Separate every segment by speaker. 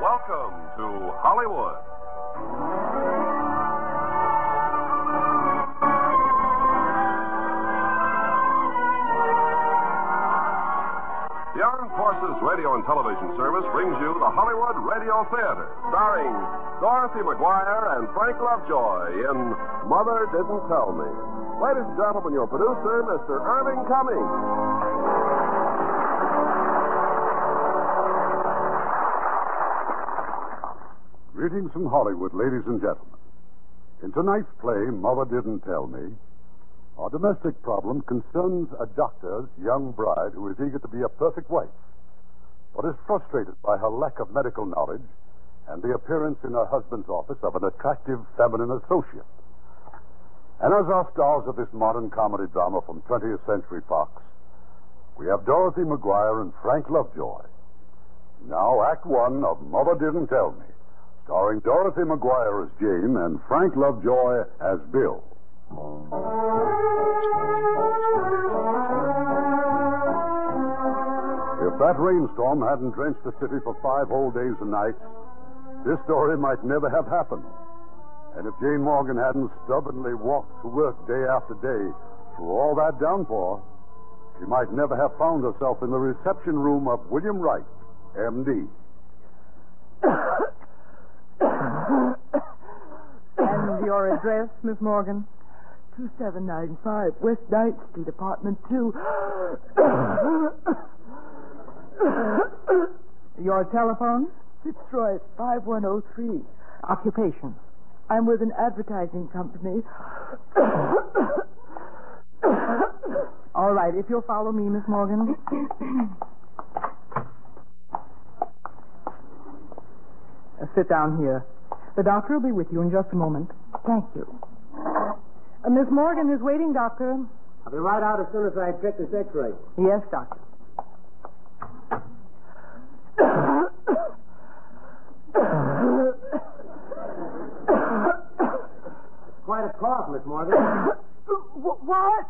Speaker 1: Welcome to Hollywood. The Armed Forces Radio and Television Service brings you the Hollywood Radio Theater, starring Dorothy McGuire and Frank Lovejoy in Mother Didn't Tell Me. Ladies and gentlemen, your producer, Mr. Irving Cummings.
Speaker 2: Greetings from Hollywood, ladies and gentlemen. In tonight's play, Mother Didn't Tell Me, our domestic problem concerns a doctor's young bride who is eager to be a perfect wife, but is frustrated by her lack of medical knowledge and the appearance in her husband's office of an attractive feminine associate. And as our stars of this modern comedy drama from 20th Century Fox, we have Dorothy McGuire and Frank Lovejoy. Now, Act One of Mother Didn't Tell Me starring Dorothy McGuire as Jane and Frank Lovejoy as Bill. If that rainstorm hadn't drenched the city for five whole days and nights, this story might never have happened. And if Jane Morgan hadn't stubbornly walked to work day after day through all that downpour, she might never have found herself in the reception room of William Wright, M.D.
Speaker 3: And your address, Miss Morgan?
Speaker 4: 2795 West Ninth Street, apartment 2.
Speaker 3: Your telephone?
Speaker 4: Fitzroy 5103.
Speaker 3: Occupation.
Speaker 4: I'm with an advertising company.
Speaker 3: All right, if you'll follow me, Miss Morgan. Uh, sit down here. The doctor will be with you in just a moment. Thank you. Uh, Miss Morgan is waiting, Doctor.
Speaker 5: I'll be right out as soon as I check this x-ray.
Speaker 3: Yes, Doctor.
Speaker 5: Quite a cough, Miss Morgan.
Speaker 4: Wh- What?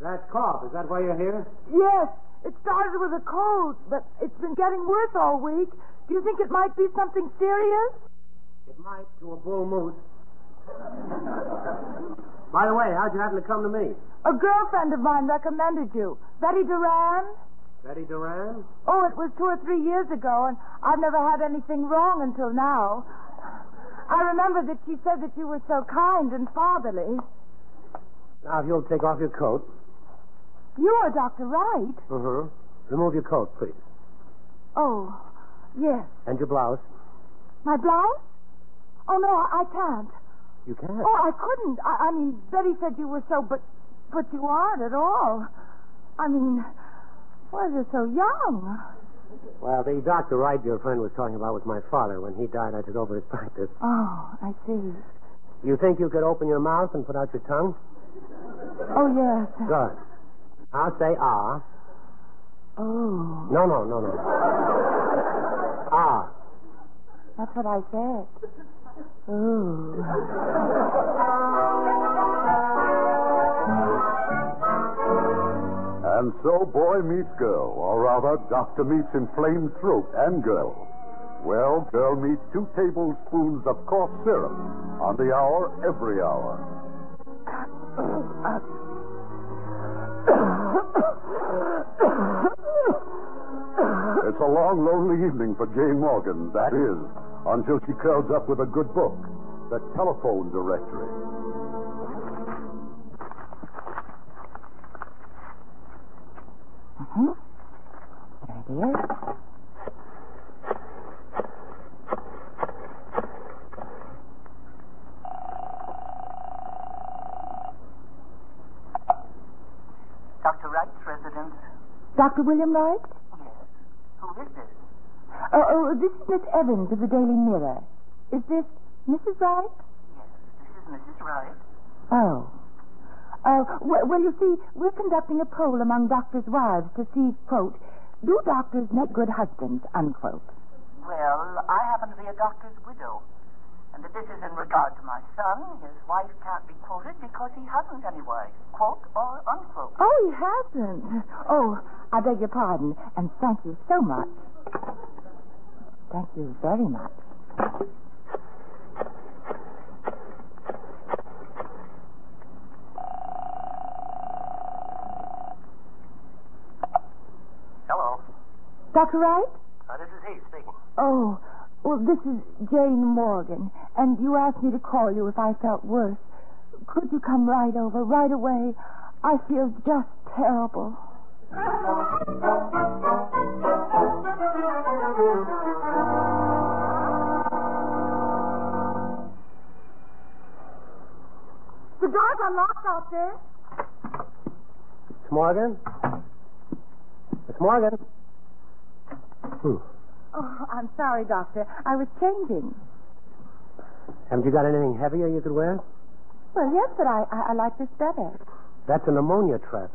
Speaker 5: that cough, is that why you're here?
Speaker 4: Yes, it started with a cold, but it's been getting worse all week. Do you think it might be something serious?
Speaker 5: It might, to a bull moose. By the way, how'd you happen to come to me?
Speaker 4: A girlfriend of mine recommended you, Betty Duran.
Speaker 5: Betty Duran?
Speaker 4: Oh, it was two or three years ago, and I've never had anything wrong until now. I remember that she said that you were so kind and fatherly.
Speaker 5: Now, if you'll take off your coat.
Speaker 4: You are Dr. Wright.
Speaker 5: Mm-hmm. Remove your coat, please.
Speaker 4: Oh, yes.
Speaker 5: And your blouse.
Speaker 4: My blouse? Oh, no, I, I can't.
Speaker 5: You can't.
Speaker 4: Oh, I couldn't. I, I mean, Betty said you were so, but, but you aren't at all. I mean, well, you're so young.
Speaker 5: Well, the Dr. Wright your friend was talking about was my father. When he died, I took over his practice.
Speaker 4: Oh, I see.
Speaker 5: You think you could open your mouth and put out your tongue?
Speaker 4: Oh, yes.
Speaker 5: Good. I'll say ah.
Speaker 4: Oh,
Speaker 5: No, no, no, no. Ah.
Speaker 4: that's what I said. Oh.
Speaker 2: And so boy meets girl, or rather, doctor meets inflamed throat and girl. Well, girl meets two tablespoons of cough syrup on the hour, every hour. It's a long, lonely evening for Jane Morgan, that is, until she curls up with a good book, the telephone directory.
Speaker 3: There it is.
Speaker 6: Dr. Wright's residence?
Speaker 4: Dr. William Wright?
Speaker 6: Yes. Who is this?
Speaker 4: Oh, oh, this is Miss Evans of the Daily Mirror. Is this Mrs. Wright?
Speaker 6: Yes, this is Mrs. Wright.
Speaker 4: Oh. Uh, well, well, you see, we're conducting a poll among doctors' wives to see, quote, do doctors make good husbands, unquote.
Speaker 6: Well, I happen to be a doctor's widow. And that this is in regard to my son, his wife can't be quoted because he hasn't any wife, quote or unquote.
Speaker 4: Oh, he hasn't. Oh, I beg your pardon, and thank you so much. Thank you very much.
Speaker 6: Hello.
Speaker 4: Dr. Wright?
Speaker 6: Uh, this is Hayes speaking.
Speaker 4: Oh, well, this is Jane Morgan, and you asked me to call you if I felt worse. Could you come right over, right away? I feel just terrible.
Speaker 7: The doors are locked out there.
Speaker 5: Miss Morgan? Miss Morgan? Hmm.
Speaker 4: Oh, I'm sorry, Doctor. I was changing.
Speaker 5: Haven't you got anything heavier you could wear?
Speaker 4: Well, yes, but I, I, I like this better.
Speaker 5: That's a pneumonia trap.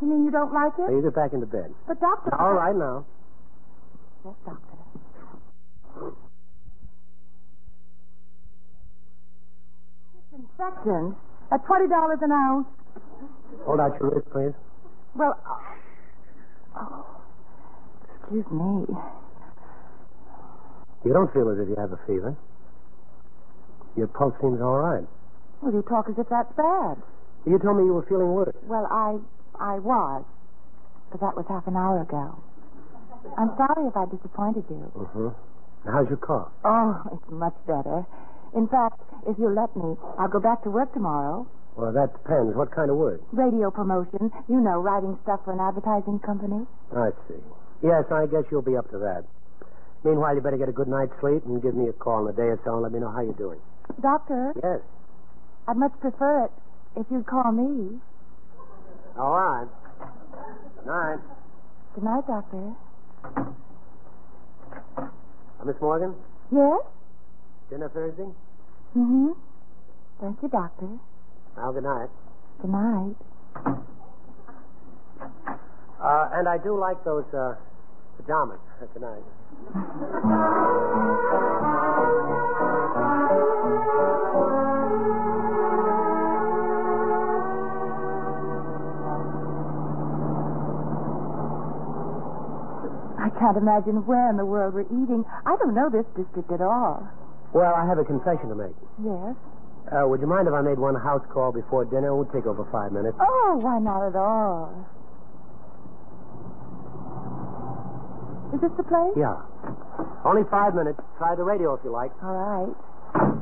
Speaker 4: You mean you don't like
Speaker 5: Now
Speaker 4: it?
Speaker 5: you get back into bed.
Speaker 4: But, Doctor.
Speaker 5: All right now.
Speaker 4: Yes, Doctor. Disinfectant at twenty dollars an ounce.
Speaker 5: Hold out your wrist, please.
Speaker 4: Well,
Speaker 6: uh,
Speaker 4: oh, oh, excuse me.
Speaker 5: You don't feel as if you have a fever. Your pulse seems all right.
Speaker 4: Well, you talk as if that's bad.
Speaker 5: You told me you were feeling worse.
Speaker 4: Well, I, I was, but that was half an hour ago. I'm sorry if I disappointed you.
Speaker 5: Mm-hmm. How's your cough?
Speaker 4: Oh, it's much better. In fact, if you let me, I'll go back to work tomorrow.
Speaker 5: Well, that depends. What kind of work?
Speaker 4: Radio promotion, you know, writing stuff for an advertising company.
Speaker 5: I see. Yes, I guess you'll be up to that. Meanwhile, you better get a good night's sleep and give me a call in a day or so and let me know how you're doing.
Speaker 4: Doctor,
Speaker 5: Yes.
Speaker 4: I'd much prefer it if you'd call me.
Speaker 5: All right. Good night.
Speaker 4: Good night, Doctor.
Speaker 5: Uh, Miss Morgan,
Speaker 4: Yes?
Speaker 5: dinner Thursday?
Speaker 4: Mm-hmm. Thank you, Doctor.
Speaker 5: Now, good night.
Speaker 4: Good night.
Speaker 5: Uh, and I do like those uh, pajamas. good night.
Speaker 4: I can't imagine where in the world we're eating. I don't know this district at all.
Speaker 5: Well, I have a confession to make.
Speaker 4: Yes?
Speaker 5: Uh, would you mind if I made one house call before dinner? It would take over five minutes.
Speaker 4: Oh, why not at all? Is this the place?
Speaker 5: Yeah. Only five minutes. Try the radio if you like.
Speaker 4: All right.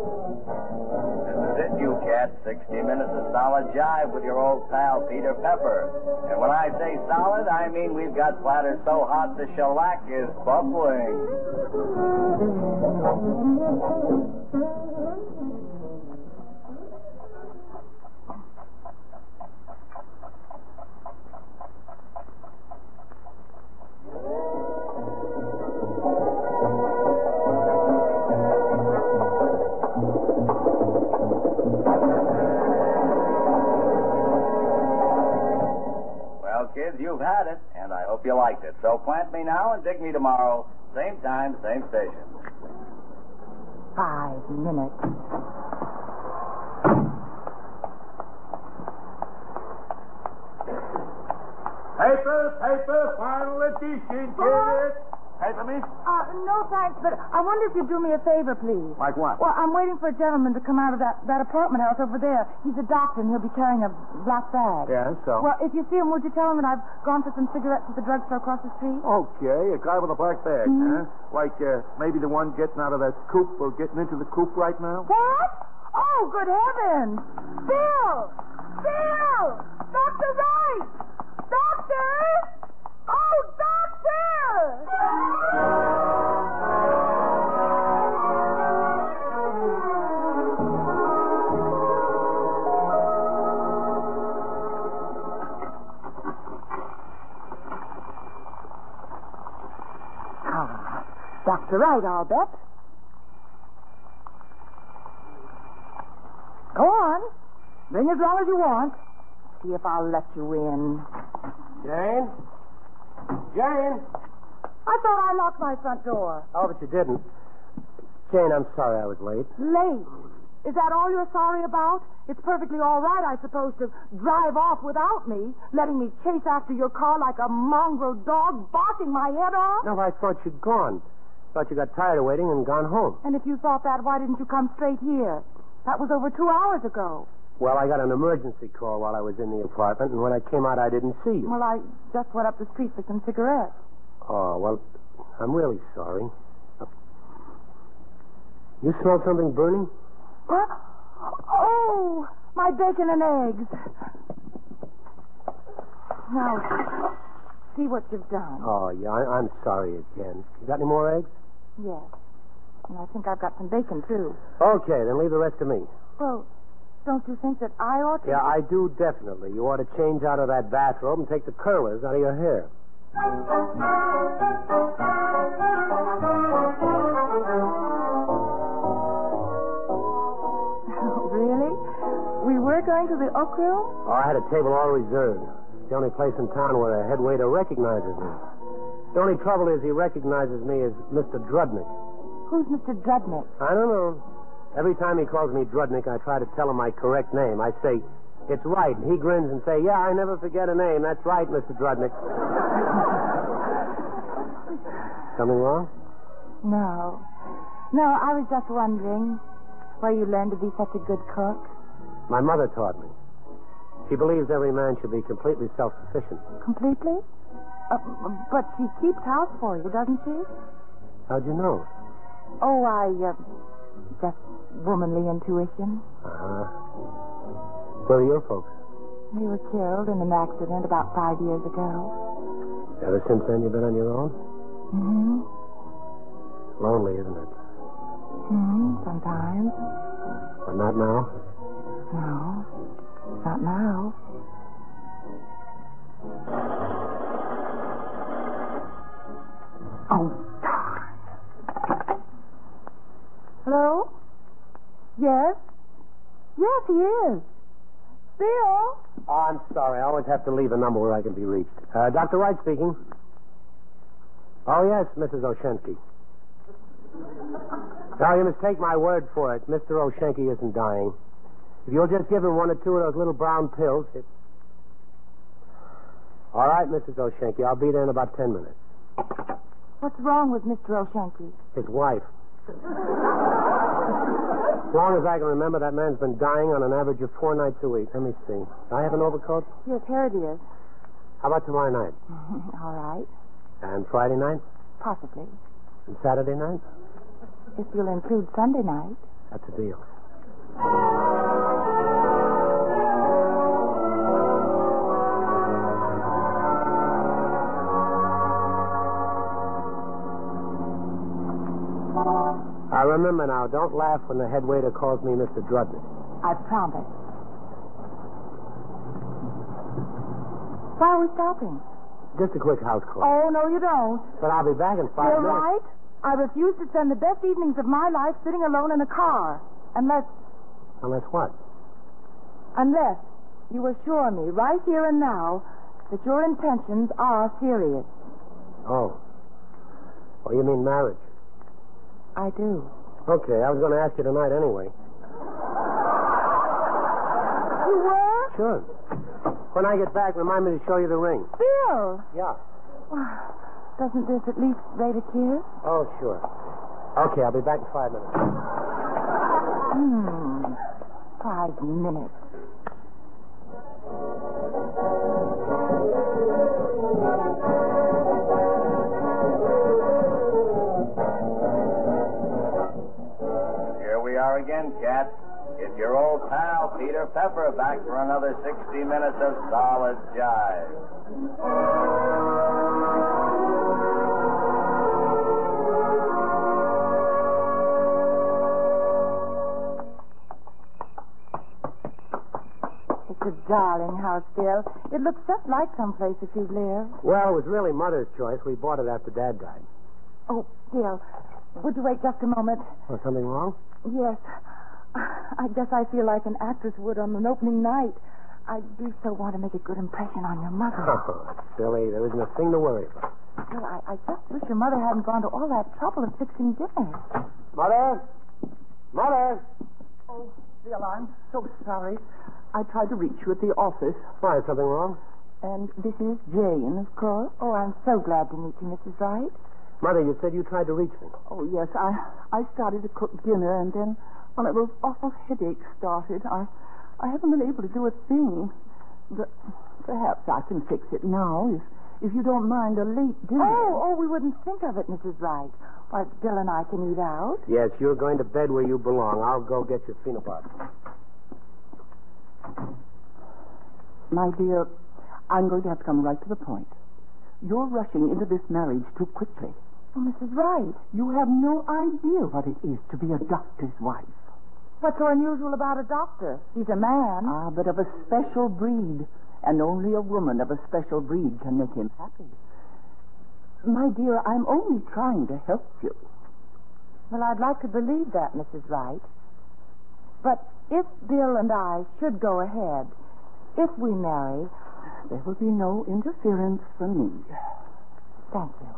Speaker 8: This is it, you cat. 60 minutes of solid jive with your old pal, Peter Pepper. And when I say solid, I mean we've got platters so hot the shellac is bubbling. Well, kids, you've had it, and I hope you liked it. So plant me now and dig me tomorrow. Same time, same station.
Speaker 4: Five minutes.
Speaker 1: Paper, paper, final edition. Get it. Paper, miss?
Speaker 4: Uh, no thanks, but I wonder if you'd do me a favor, please.
Speaker 1: Like what?
Speaker 4: Well, I'm waiting for a gentleman to come out of that, that apartment house over there. He's a doctor, and he'll be carrying a black bag.
Speaker 1: Yeah, so.
Speaker 4: Well, if you see him, would you tell him that I've gone for some cigarettes at the drugstore across the street?
Speaker 1: Okay, a guy with a black bag,
Speaker 4: Mm-hmm.
Speaker 1: huh? Like uh, maybe the one getting out of that coop or getting into the coop right now?
Speaker 4: What? Oh, good heavens! Bill! Bill! Dr. Wright! Doctor! Oh, doctor! Ah, Dr. Wright, I'll bet. Go on. Ring as long as you want. See if I'll let you in.
Speaker 5: Jane? Jane?
Speaker 4: I thought I locked my front door.
Speaker 5: Oh, but you didn't. Jane, I'm sorry I was late.
Speaker 4: Late.
Speaker 9: Is that all you're sorry about? It's perfectly all right, I suppose, to drive off without me, letting me chase after your car like a mongrel dog, barking my head off.
Speaker 5: No, I thought you'd gone. Thought you got tired of waiting and gone home.
Speaker 9: And if you thought that, why didn't you come straight here? That was over two hours ago.
Speaker 5: Well, I got an emergency call while I was in the apartment, and when I came out, I didn't see you.
Speaker 9: Well, I just went up the street for some cigarettes.
Speaker 5: Oh, well, I'm really sorry. You smell something burning?
Speaker 9: What? Oh, my bacon and eggs. Now, see what you've done.
Speaker 5: Oh, yeah, I, I'm sorry again. You got any more eggs?
Speaker 9: Yes. And I think I've got some bacon, too.
Speaker 5: Okay, then leave the rest to me.
Speaker 9: Well, don't you think that I ought to?
Speaker 5: Yeah, I do definitely. You ought to change out of that bathrobe and take the curlers out of your hair.
Speaker 4: really? We were going to the Oak Room?
Speaker 5: Oh, I had a table all reserved. It's the only place in town where a head waiter recognizes me. The only trouble is he recognizes me as Mr. Drudnick.
Speaker 4: Who's Mr. Drudnick?
Speaker 5: I don't know. Every time he calls me Drudnick, I try to tell him my correct name. I say, it's right. And he grins and say, yeah, I never forget a name. That's right, Mr. Drudnick. Something wrong?
Speaker 4: No. No, I was just wondering where you learned to be such a good cook.
Speaker 5: My mother taught me. She believes every man should be completely self-sufficient.
Speaker 4: Completely? Uh, but she keeps house for you, doesn't she?
Speaker 5: How'd you know?
Speaker 4: Oh, I, uh, just womanly intuition.
Speaker 5: Uh-huh. Where are your folks?
Speaker 4: They were killed in an accident about five years ago.
Speaker 5: Ever since then, you've been on your own?
Speaker 4: Mm-hmm.
Speaker 5: Lonely, isn't it?
Speaker 4: Mm-hmm. Sometimes.
Speaker 5: But not now.
Speaker 4: No. Not now. Oh, darn.
Speaker 9: Hello? Yes? Yes, he is. Bill?
Speaker 5: Oh, I'm sorry. I always have to leave a number where I can be reached. Uh, Dr. Wright speaking. Oh, yes, Mrs. Oshensky. Now, you must take my word for it. Mr. Oshensky isn't dying. If you'll just give him one or two of those little brown pills. It... All right, Mrs. Oshensky. I'll be there in about ten minutes.
Speaker 4: What's wrong with Mr. O'Shanky?
Speaker 5: His wife. as long as I can remember, that man's been dying on an average of four nights a week. Let me see. Do I have an overcoat?
Speaker 4: Yes, here it is.
Speaker 5: How about tomorrow night?
Speaker 4: All right.
Speaker 5: And Friday night?
Speaker 4: Possibly.
Speaker 5: And Saturday night?
Speaker 4: If you'll include Sunday night.
Speaker 5: That's a deal. I remember now, don't laugh when the head waiter calls me Mr. Drudnick.
Speaker 4: I promise. Why are we stopping?
Speaker 5: Just a quick house call.
Speaker 9: Oh, no, you don't.
Speaker 5: But I'll be back in 5
Speaker 9: You're
Speaker 5: minutes.
Speaker 9: right. I refuse to spend the best evenings of my life sitting alone in a car. Unless,
Speaker 5: Unless what?
Speaker 9: unless you assure me right here and now that your intentions are serious.
Speaker 5: Oh. Oh, you mean marriage?
Speaker 4: I do.
Speaker 5: Okay, I was going to ask you tonight anyway.
Speaker 9: You were?
Speaker 5: Sure. When I get back, remind me to show you the ring.
Speaker 9: Bill!
Speaker 5: Yeah.
Speaker 4: Doesn't this at least rate a kiss?
Speaker 5: Oh, sure. Okay, I'll be back in five minutes.
Speaker 4: Hmm. Five minutes.
Speaker 8: Here we are again, Cat. It's your old pal, Peter Pepper, back for another 60 minutes of solid jive.
Speaker 4: It's a darling house, Bill. It looks just like someplace that you've lived.
Speaker 5: Well, it was really Mother's choice. We bought it after Dad died.
Speaker 4: Oh, Bill, would you wait just a moment?
Speaker 5: Oh, something wrong?
Speaker 4: Yes. I guess I feel like an actress would on an opening night. I do so want to make a good impression on your mother.
Speaker 5: Oh, silly. There isn't a thing to worry about.
Speaker 4: Bill, I, I just wish your mother hadn't gone to all that trouble of fixing dinner.
Speaker 5: Mother? Mother?
Speaker 9: Oh,
Speaker 6: Bill, I'm so sorry. I tried to reach you at the office.
Speaker 5: Why, is something wrong?
Speaker 4: And this is Jane, of course. Oh, I'm so glad to meet you, Mrs. Wright.
Speaker 5: Mother, you said you tried to reach me.
Speaker 6: Oh, yes, I, I started to cook dinner, and then, well, it was awful headache started. I, I haven't been able to do a thing. But perhaps I can fix it now, if, if you don't mind a late dinner.
Speaker 4: Oh, oh, we wouldn't think of it, Mrs. Wright. Why, Bill and I can eat out.
Speaker 5: Yes, you're going to bed where you belong. I'll go get your peanut butter.
Speaker 6: My dear, I'm going to have to come right to the point. You're rushing into this marriage too quickly.
Speaker 4: Oh, Mrs. Wright,
Speaker 6: You have no idea what it is to be a doctor's wife.
Speaker 4: what's so unusual about a doctor? He's a man.
Speaker 6: Ah, but of a special breed. And only a woman of a special breed can make him happy. My dear, I'm only trying to help you.
Speaker 4: Well, I'd like to believe that, Mrs. Wright. But if Bill and I should go ahead, if we marry,
Speaker 6: There will be no interference from me.
Speaker 4: thank you.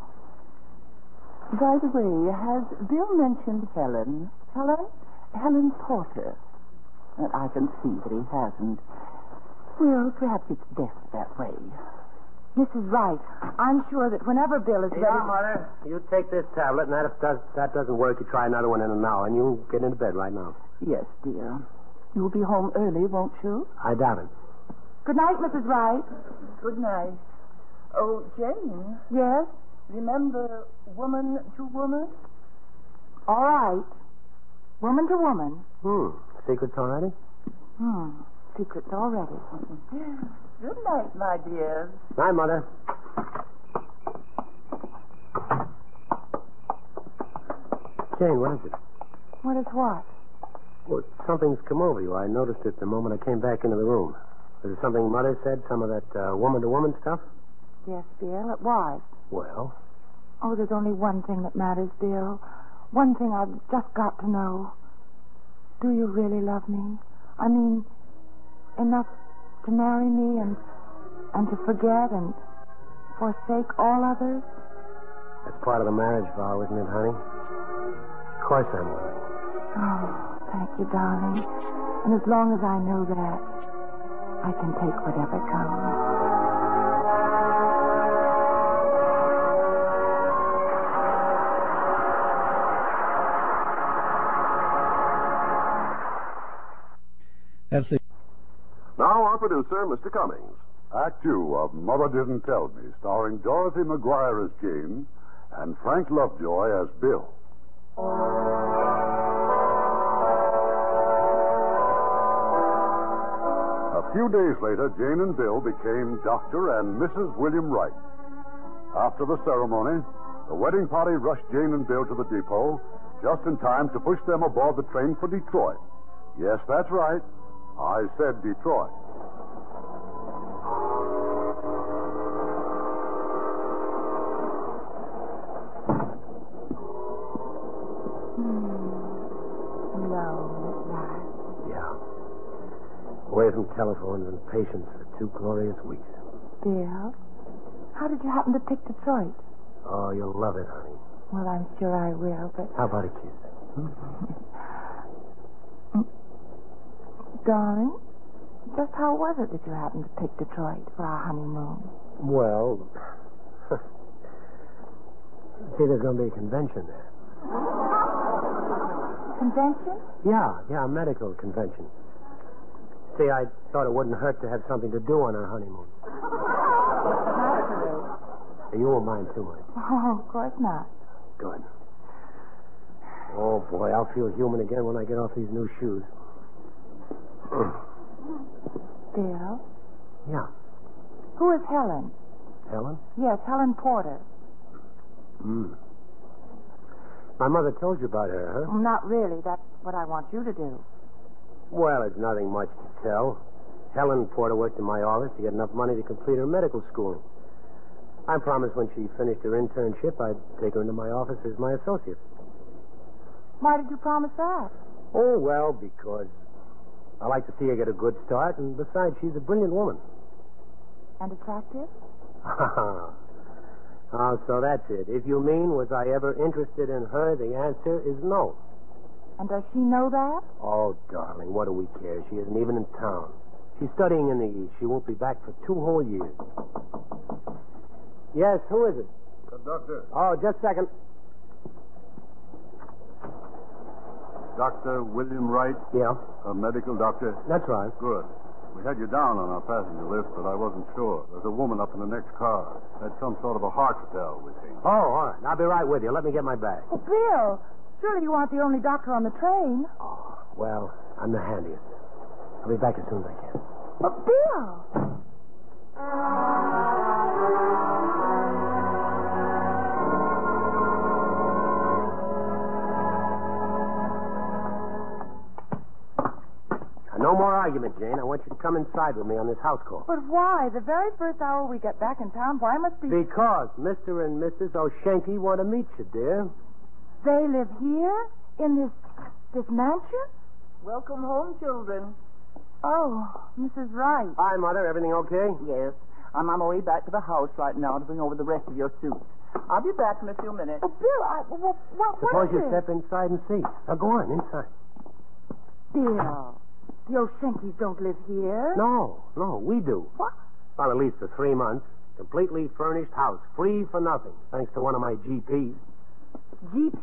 Speaker 6: By the way, has Bill mentioned Helen?
Speaker 4: Helen?
Speaker 6: Helen Porter. Uh, I can see that he hasn't. Well, perhaps it's best that way.
Speaker 4: Mrs. Wright, I'm sure that whenever Bill is ready.
Speaker 5: Yeah, Mother. You take this tablet, and that if does, that doesn't work, you try another one in an hour, and you get into bed right now.
Speaker 6: Yes, dear. You'll be home early, won't you?
Speaker 5: I doubt it.
Speaker 4: Good night, Mrs. Wright.
Speaker 6: Good night. Oh, Jane,
Speaker 4: Yes?
Speaker 6: remember woman to woman?
Speaker 4: All right. Woman to woman.
Speaker 5: Hmm. Secrets already?
Speaker 4: Hmm. Secrets already.
Speaker 6: Good night, my dears.
Speaker 5: Hi, Mother. Jane, what is it?
Speaker 4: What is what?
Speaker 5: Well, something's come over you. I noticed it the moment I came back into the room. Was it something Mother said? Some of that uh, woman-to-woman stuff?
Speaker 4: Yes, Bill, it was.
Speaker 5: Well,
Speaker 4: Oh, there's only one thing that matters, Bill. One thing I've just got to know. Do you really love me? I mean, enough to marry me and and to forget and forsake all others?
Speaker 5: that's part of the marriage vow, isn't it, honey? Of course I'm willing.
Speaker 4: Oh, thank you, darling. And as long as I know that, I can take whatever comes.
Speaker 10: That's the
Speaker 1: Now our producer, Mr. Cummings.
Speaker 2: Act Two of Mother Didn't Tell Me, starring Dorothy McGuire as Jane and Frank Lovejoy as Bill. A few days later, Jane and Bill became Dr. and Mrs. William Wright. After the ceremony, the wedding party rushed Jane and Bill to the depot just in time to push them aboard the train for Detroit. Yes, that's right. I said Detroit.
Speaker 4: Hmm. No, at last.
Speaker 5: Yeah. Away from telephones and patients for two glorious weeks.
Speaker 4: Bill, how did you happen to pick Detroit?
Speaker 5: Oh, you'll love it, honey.
Speaker 4: Well, I'm sure I will, but
Speaker 5: How about a kiss?
Speaker 4: darling, just how was it that you happened to pick Detroit for our honeymoon?
Speaker 5: Well, see, there's going to be a convention there.
Speaker 4: Convention?
Speaker 5: Yeah, yeah, a medical convention. See, I thought it wouldn't hurt to have something to do on our honeymoon.
Speaker 4: Naturally.
Speaker 5: You won't mind too much.
Speaker 4: Oh, of course not.
Speaker 5: Good. Oh, boy, I'll feel human again when I get off these new shoes.
Speaker 4: Bill,
Speaker 5: Yeah.
Speaker 4: who is Helen?
Speaker 5: Helen?
Speaker 4: Yes, Helen Porter.
Speaker 5: Mm. My mother told you about her, huh?
Speaker 4: Not really. That's what I want you to do.
Speaker 5: Well, it's nothing much to tell. Helen Porter worked in my office to get enough money to complete her medical schooling. I promised when she finished her internship, I'd take her into my office as my associate.
Speaker 4: Why did you promise that?
Speaker 5: Oh, well, because I like to see her get a good start, and besides, she's a brilliant woman.
Speaker 4: And attractive?
Speaker 5: Ah, so that's it. If you mean, was I ever interested in her, the answer is no.
Speaker 4: And does she know that?
Speaker 5: Oh, darling, what do we care? She isn't even in town. She's studying in the East. She won't be back for two whole years. Yes, who is it?
Speaker 1: Doctor.
Speaker 5: Oh, just a second.
Speaker 1: Dr. William Wright,
Speaker 5: Yeah,
Speaker 1: a medical doctor.
Speaker 5: that's right.
Speaker 1: Good. We had you down on our passenger list, but I wasn't sure. There's a woman up in the next car. Had some sort of a heart spell, we think.
Speaker 5: Oh, all right. I'll be right with you. Let me get my bag.
Speaker 4: Oh, Bill, surely you aren't the only doctor on the train.
Speaker 5: Well, I'm the handiest. I'll be back as soon as I can.
Speaker 4: But Bill!
Speaker 5: Now, Uh, No more argument, Jane. I want you to come inside with me on this house call.
Speaker 4: But why? The very first hour we get back in town, why must be...
Speaker 5: Because Mr. and Mrs. O'Shanky want to meet you, dear.
Speaker 4: They live here? In this... this mansion?
Speaker 6: Welcome home, children.
Speaker 4: Oh, Mrs. Wright.
Speaker 5: Hi, Mother. Everything okay?
Speaker 6: Yes. I'm on my way back to the house right now to bring over the rest of your suits. I'll be back in a few minutes.
Speaker 4: Oh, Bill, I... Well, what
Speaker 5: Suppose
Speaker 4: was
Speaker 5: you
Speaker 4: it?
Speaker 5: step inside and see. Now, go on, inside.
Speaker 4: Bill, the O'Shankies don't live here.
Speaker 5: No, no, we do.
Speaker 4: What?
Speaker 5: Well, at least for three months. Completely furnished house, free for nothing, thanks to one of my GPs.
Speaker 4: GP?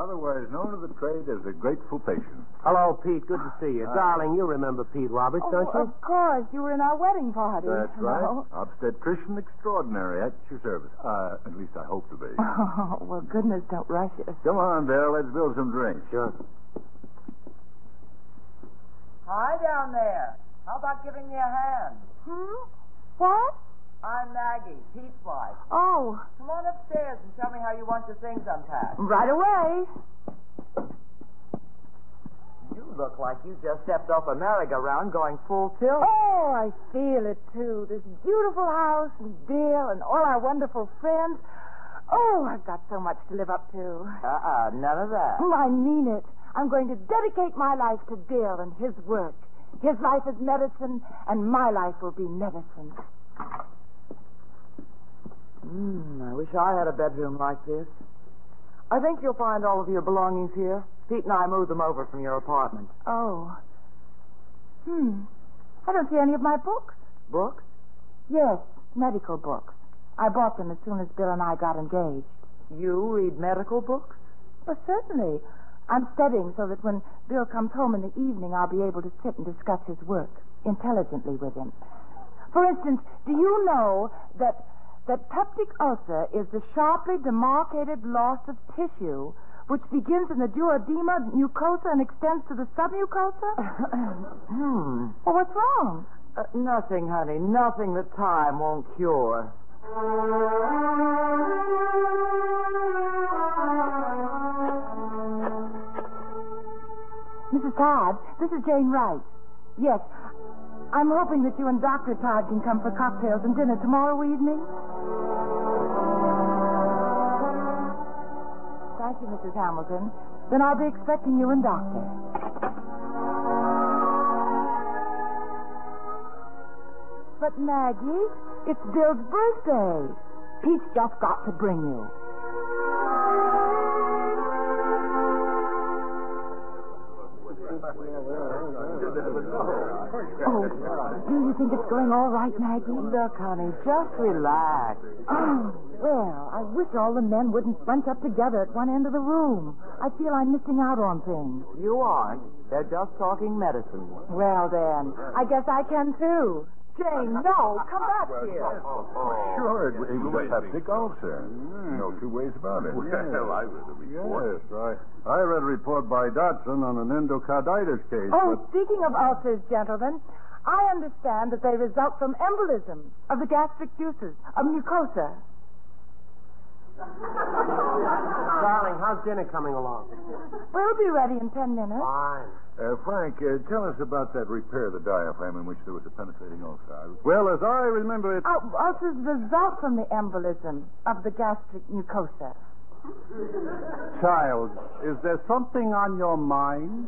Speaker 1: Otherwise known to the trade as a grateful patient.
Speaker 5: Hello, Pete. Good to see you. Darling, you remember Pete Roberts,
Speaker 4: Oh,
Speaker 5: don't you?
Speaker 4: of course. You were in our wedding party.
Speaker 1: That's
Speaker 4: No.
Speaker 1: right. Obstetrician extraordinary at your service. Uh, at least I hope to be.
Speaker 4: Oh, well, goodness, don't rush us.
Speaker 1: Come on, Bill. Let's build some drinks.
Speaker 5: Sure.
Speaker 8: Hi down there. How about giving me a hand?
Speaker 4: Hmm? What?
Speaker 8: I'm Maggie, Pete's wife.
Speaker 4: Oh,
Speaker 8: Come on upstairs and show me how you want your things unpacked.
Speaker 4: right away.
Speaker 8: You look like you just stepped off a merry-go-round going full tilt.
Speaker 4: Oh, I feel it too. This beautiful house and Bill and all our wonderful friends. Oh, I've got so much to live up to.
Speaker 8: Uh-uh, none of that.
Speaker 4: Oh, I mean it. I'm going to dedicate my life to Bill and his work. His life is medicine, and my life will be medicine.
Speaker 8: Mm, I wish I had a bedroom like this. I think you'll find all of your belongings here. Pete and I moved them over from your apartment.
Speaker 4: Oh. Hmm. I don't see any of my books.
Speaker 8: Books?
Speaker 4: Yes, medical books. I bought them as soon as Bill and I got engaged.
Speaker 8: You read medical books?
Speaker 4: Well, certainly. I'm studying so that when Bill comes home in the evening, I'll be able to sit and discuss his work intelligently with him. For instance, do you know that that peptic ulcer is the sharply demarcated loss of tissue which begins in the duodenal mucosa and extends to the submucosa?
Speaker 8: Hmm.
Speaker 4: well, what's wrong?
Speaker 8: Uh, nothing, honey. Nothing that time won't cure.
Speaker 4: Oh, Mrs. Todd, this is Jane Wright. Yes, I'm hoping that you and Dr. Todd can come for cocktails and dinner tomorrow evening. Thank you, Mrs. Hamilton. Then I'll be expecting you and Doctor. But, Maggie, it's Bill's birthday. Pete's just got to bring you. Oh, do you think it's going all right, Maggie?
Speaker 8: Look, honey, just relax.
Speaker 4: Oh, well, I wish all the men wouldn't bunch up together at one end of the room. I feel I'm missing out on things.
Speaker 8: You aren't. They're just talking medicine.
Speaker 4: Well, then, I guess I can too. Jane, no, come back here.
Speaker 2: Sure, it was a peptic ulcer.
Speaker 1: No two ways about it.
Speaker 2: Mm. Well, I
Speaker 1: was a
Speaker 2: Yes, I, I read a report by Dodson on an endocarditis case.
Speaker 4: Oh, speaking of ulcers, gentlemen, I understand that they result from embolism of the gastric juices, of mucosa.
Speaker 5: Darling, how's dinner coming along?
Speaker 4: We'll be ready in ten minutes.
Speaker 5: Fine.
Speaker 1: Uh, Frank, uh, tell us about that repair of the diaphragm in which there was a penetrating ulcer. Well, as I remember it.
Speaker 4: Uh, ulcers result from the embolism of the gastric mucosa.
Speaker 2: Child, is there something on your mind?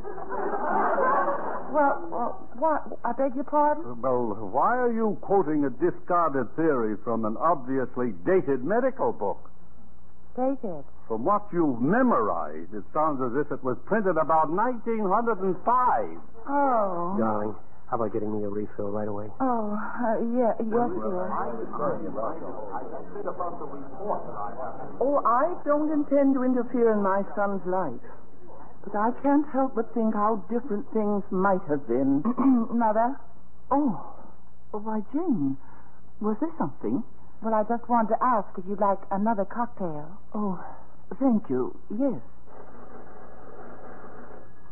Speaker 4: Well, well, what? I beg your pardon?
Speaker 2: Well, why are you quoting a discarded theory from an obviously dated medical book?
Speaker 4: Take it.
Speaker 11: From what you've memorized, it sounds as if it was printed about 1905.
Speaker 4: Oh.
Speaker 5: Darling, how about getting me a refill right away?
Speaker 4: Oh, uh, yeah, yes, dear.
Speaker 6: Oh, I don't intend to interfere in my son's life. But I can't help but think how different things might have been.
Speaker 4: Mother?
Speaker 6: Oh. oh, why, Jane, was there something?
Speaker 4: Well, I just wanted to ask if you'd like another cocktail.
Speaker 6: Oh, thank you. Yes.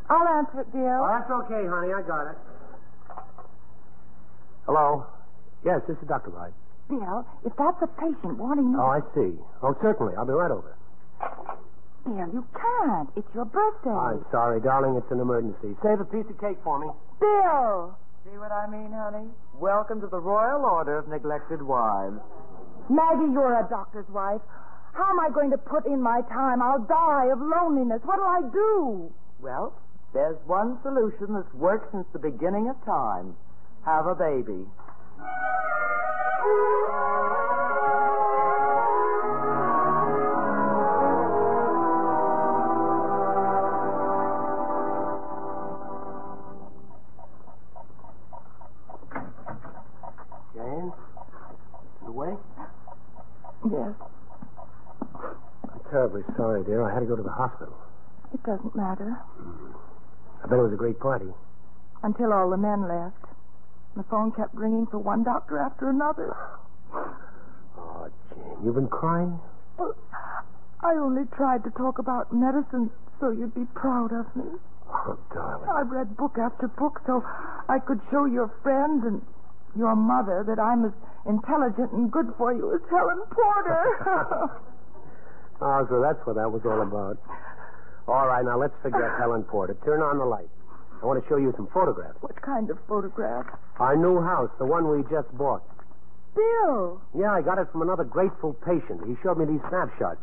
Speaker 4: I'll answer it, dear.
Speaker 5: Oh, that's okay, honey. I got it. Hello? Yes, this is Dr. Wright.
Speaker 4: Bill, if that's a patient wanting to...
Speaker 5: Oh, I see. Oh, certainly. I'll be right over.
Speaker 4: Bill, you can't. It's your birthday.
Speaker 5: I'm sorry, darling. It's an emergency. Save a piece of cake for me.
Speaker 4: Bill!
Speaker 12: See what I mean, honey? Welcome to the Royal Order of Neglected Wives.
Speaker 7: Maggie, you're a doctor's wife. How am I going to put in my time? I'll die of loneliness. What'll I do?
Speaker 12: Well, there's one solution that's worked since the beginning of time have a baby.
Speaker 5: Jane, you awake?
Speaker 4: Yes.
Speaker 5: I'm terribly sorry, dear. I had to go to the hospital.
Speaker 4: It doesn't matter.
Speaker 5: I bet it was a great party.
Speaker 4: Until all the men left. The phone kept ringing for one doctor after another.
Speaker 5: Oh, Jane, you've been crying?
Speaker 4: Well, I only tried to talk about medicine so you'd be proud of me.
Speaker 5: Oh, darling.
Speaker 4: I've read book after book so I could show your friends and your mother that I'm as intelligent and good for you as Helen Porter.
Speaker 5: oh, so that's what that was all about. All right, now let's forget Helen Porter. Turn on the light. I want to show you some photographs.
Speaker 4: What kind of photographs?
Speaker 5: Our new house, the one we just bought.
Speaker 4: Bill!
Speaker 5: Yeah, I got it from another grateful patient. He showed me these snapshots.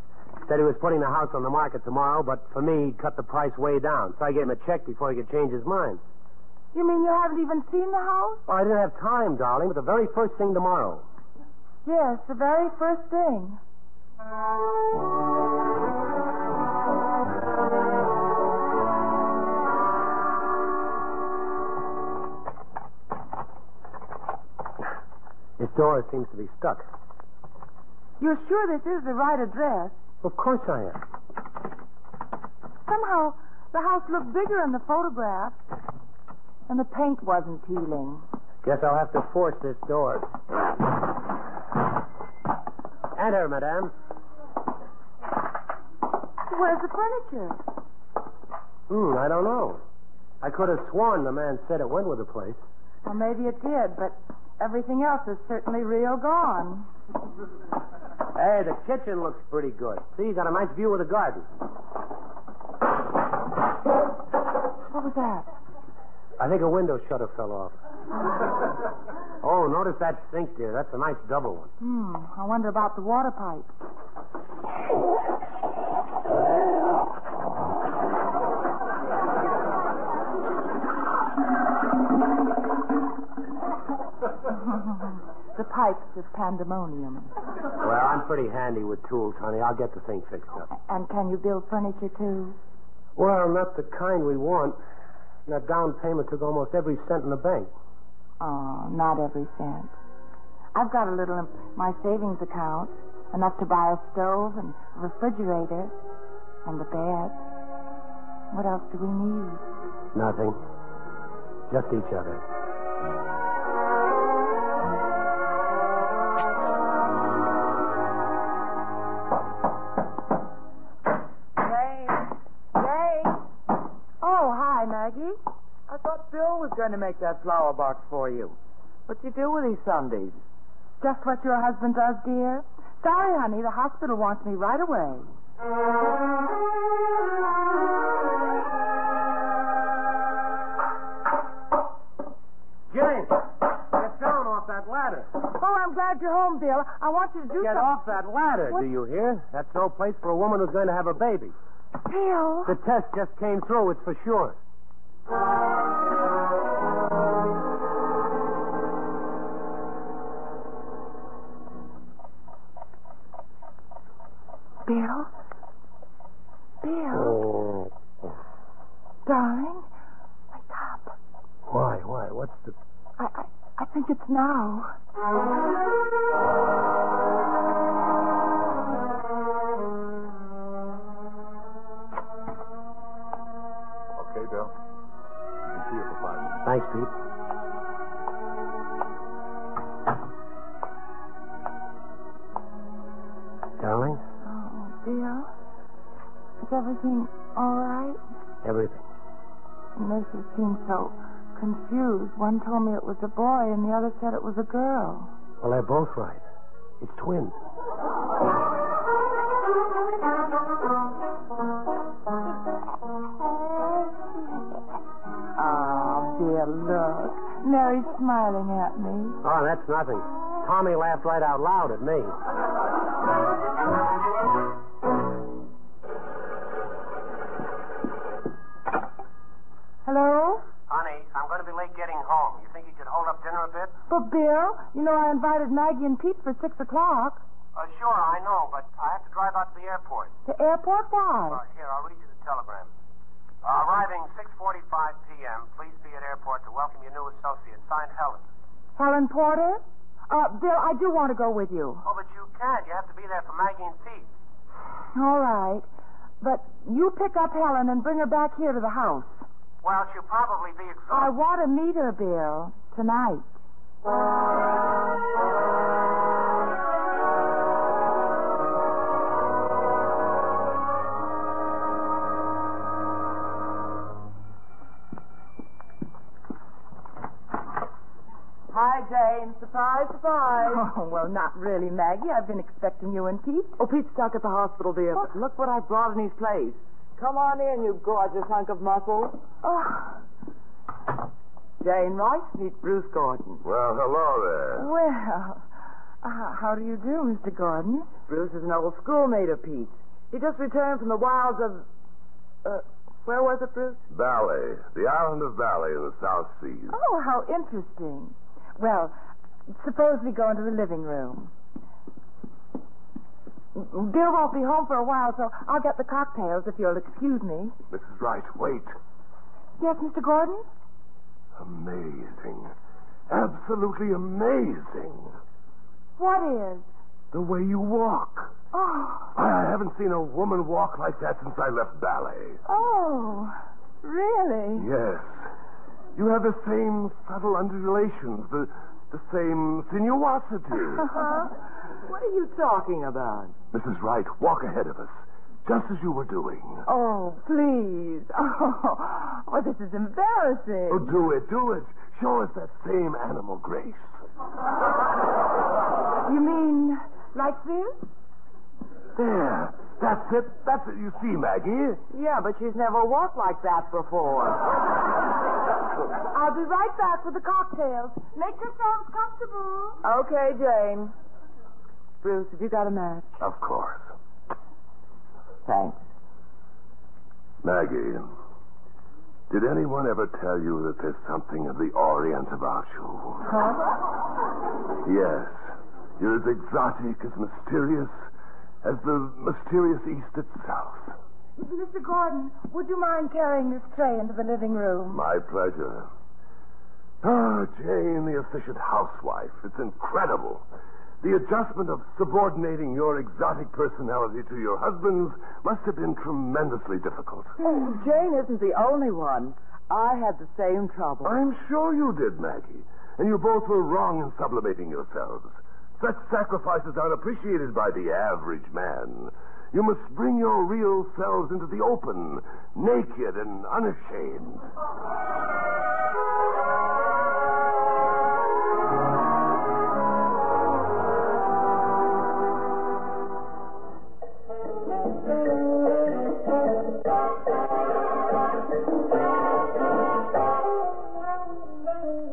Speaker 5: Said he was putting the house on the market tomorrow, but for me, he cut the price way down. So I gave him a check before he could change his mind.
Speaker 4: You mean you haven't even seen the house?
Speaker 5: Oh, I didn't have time, darling, but the very first thing tomorrow.
Speaker 4: Yes, the very first thing.
Speaker 5: This door seems to be stuck.
Speaker 4: You're sure this is the right address?
Speaker 5: Of course I am.
Speaker 4: Somehow, the house looked bigger in the photograph. And the paint wasn't peeling.
Speaker 5: Guess I'll have to force this door. Enter, madame.
Speaker 4: Where's the furniture?
Speaker 5: Hmm, I don't know. I could have sworn the man said it went with the place.
Speaker 4: Well, maybe it did, but Everything else is certainly real gone.
Speaker 5: Hey, the kitchen looks pretty good. See, you got a nice view of the garden.
Speaker 4: What was that?
Speaker 5: I think a window shutter fell off. oh, notice that sink there. That's a nice double one.
Speaker 4: Hmm. I wonder about the water pipe. the pipes of pandemonium.
Speaker 5: Well, I'm pretty handy with tools, honey. I'll get the thing fixed up.
Speaker 4: And can you build furniture, too?
Speaker 5: Well, not the kind we want. That down payment took almost every cent in the bank.
Speaker 4: Oh, not every cent. I've got a little in my savings account, enough to buy a stove and a refrigerator and a bed. What else do we need?
Speaker 5: Nothing. Just each other.
Speaker 12: Oh, I thought Bill was going to make that flower box for you. What do you do with these Sundays?
Speaker 4: Just what your husband does, dear. Sorry, honey, the hospital wants me right away.
Speaker 5: Jane, get down off that ladder.
Speaker 7: Oh, I'm glad you're home, Bill. I want you to do
Speaker 5: Get
Speaker 7: something.
Speaker 5: off that ladder,
Speaker 7: What?
Speaker 5: do you hear? That's no place for a woman who's going to have a baby.
Speaker 4: Bill!
Speaker 5: The test just came through, it's for sure.
Speaker 3: Bill? Bill?
Speaker 5: Oh.
Speaker 3: Darling? Wake up.
Speaker 5: Why? Why? What's the.
Speaker 3: I, I, I think it's now.
Speaker 2: Okay, Bill. We'll see you for five minutes.
Speaker 5: Thanks, Pete. Darling,
Speaker 3: Oh, Bill? Is everything all right?
Speaker 5: everything.
Speaker 3: Mrs. seemed so confused. One told me it was a boy, and the other said it was a girl.
Speaker 5: Well, they're both right. It's twins.
Speaker 3: Oh, dear, look. Mary's smiling at me.
Speaker 5: Oh, that's nothing. Tommy laughed right out loud at me.
Speaker 4: Hello?
Speaker 5: Honey, I'm going to be late getting home. You think you could hold up dinner a bit?
Speaker 4: But, Bill, you know I invited Maggie and Pete for 6 o'clock.
Speaker 5: Uh, sure, I know, but I have to drive out to the airport.
Speaker 4: The airport?
Speaker 3: Oh.
Speaker 5: Uh,
Speaker 4: Why?
Speaker 5: here, I'll read you the telegram. Uh, arriving 6.45 p.m., please be at airport to welcome your new associate, signed Helen.
Speaker 4: Helen Porter? Uh, Bill, I do want to go with you.
Speaker 5: Oh, but you can't. You have to be there for Maggie and Pete.
Speaker 4: All right. But you pick up Helen and bring her back here to the house.
Speaker 5: Well, she'll probably be
Speaker 4: Oh, I
Speaker 5: exhausted.
Speaker 4: want to meet her, Bill, tonight.
Speaker 8: Hi, Jane. Surprise, surprise.
Speaker 4: Oh, well, not really, Maggie. I've been expecting you and Pete.
Speaker 8: Oh, Pete's stuck at the hospital, dear. But look what I brought in his place. Come on in, you gorgeous hunk of muscle.
Speaker 4: Oh,
Speaker 8: Jane Rice, meet Bruce Gordon.
Speaker 13: Well, hello there.
Speaker 6: Oh,
Speaker 4: well. Uh, how do you do, Mr. Gordon?
Speaker 8: Bruce is an old schoolmate of Pete's. He just returned from the wilds of. Uh, where was it, Bruce?
Speaker 13: Bali, the island of Bali in the South Seas.
Speaker 4: Oh, how interesting. Well, suppose we go into the living room. Bill won't be home for a while, so I'll get the cocktails if you'll excuse me.
Speaker 13: Mrs. Wright, wait.
Speaker 4: Yes, Mr. Gordon?
Speaker 13: Amazing. Absolutely amazing.
Speaker 4: What is?
Speaker 13: The way you walk.
Speaker 4: Oh,
Speaker 13: I haven't seen a woman walk like that since I left ballet.
Speaker 4: oh, really?
Speaker 13: Yes. You have the same subtle undulations, the, the same sinuosity.
Speaker 8: Huh? what are you talking about?
Speaker 13: Mrs. Wright, walk ahead of us, just as you were doing.
Speaker 4: Oh, please. Oh, oh, this is embarrassing.
Speaker 13: Oh, do it, do it. Show us that same animal grace.
Speaker 4: You mean like this?
Speaker 13: There. That's it. That's it. You see, Maggie?
Speaker 8: Yeah, but she's never walked like that before.
Speaker 4: I'll be right back with the cocktails. Make yourselves comfortable.
Speaker 8: Okay, Jane. Bruce, have you got a match?
Speaker 13: Of course.
Speaker 8: Thanks.
Speaker 13: Maggie, did anyone ever tell you that there's something of the Orient about you? Yes. You're as exotic, as mysterious as the mysterious East itself.
Speaker 4: Mr. Gordon, would you mind carrying this tray into the living room?
Speaker 13: My pleasure. Ah, Jane, the efficient housewife. It's incredible. The adjustment of subordinating your exotic personality to your husband's must have been tremendously difficult.
Speaker 4: Oh,
Speaker 8: Jane isn't the only one. I had the same trouble.
Speaker 13: I'm sure you did, Maggie. And you both were wrong in sublimating yourselves. Such sacrifices aren't appreciated by the average man. You must bring your real selves into the open, naked and unashamed.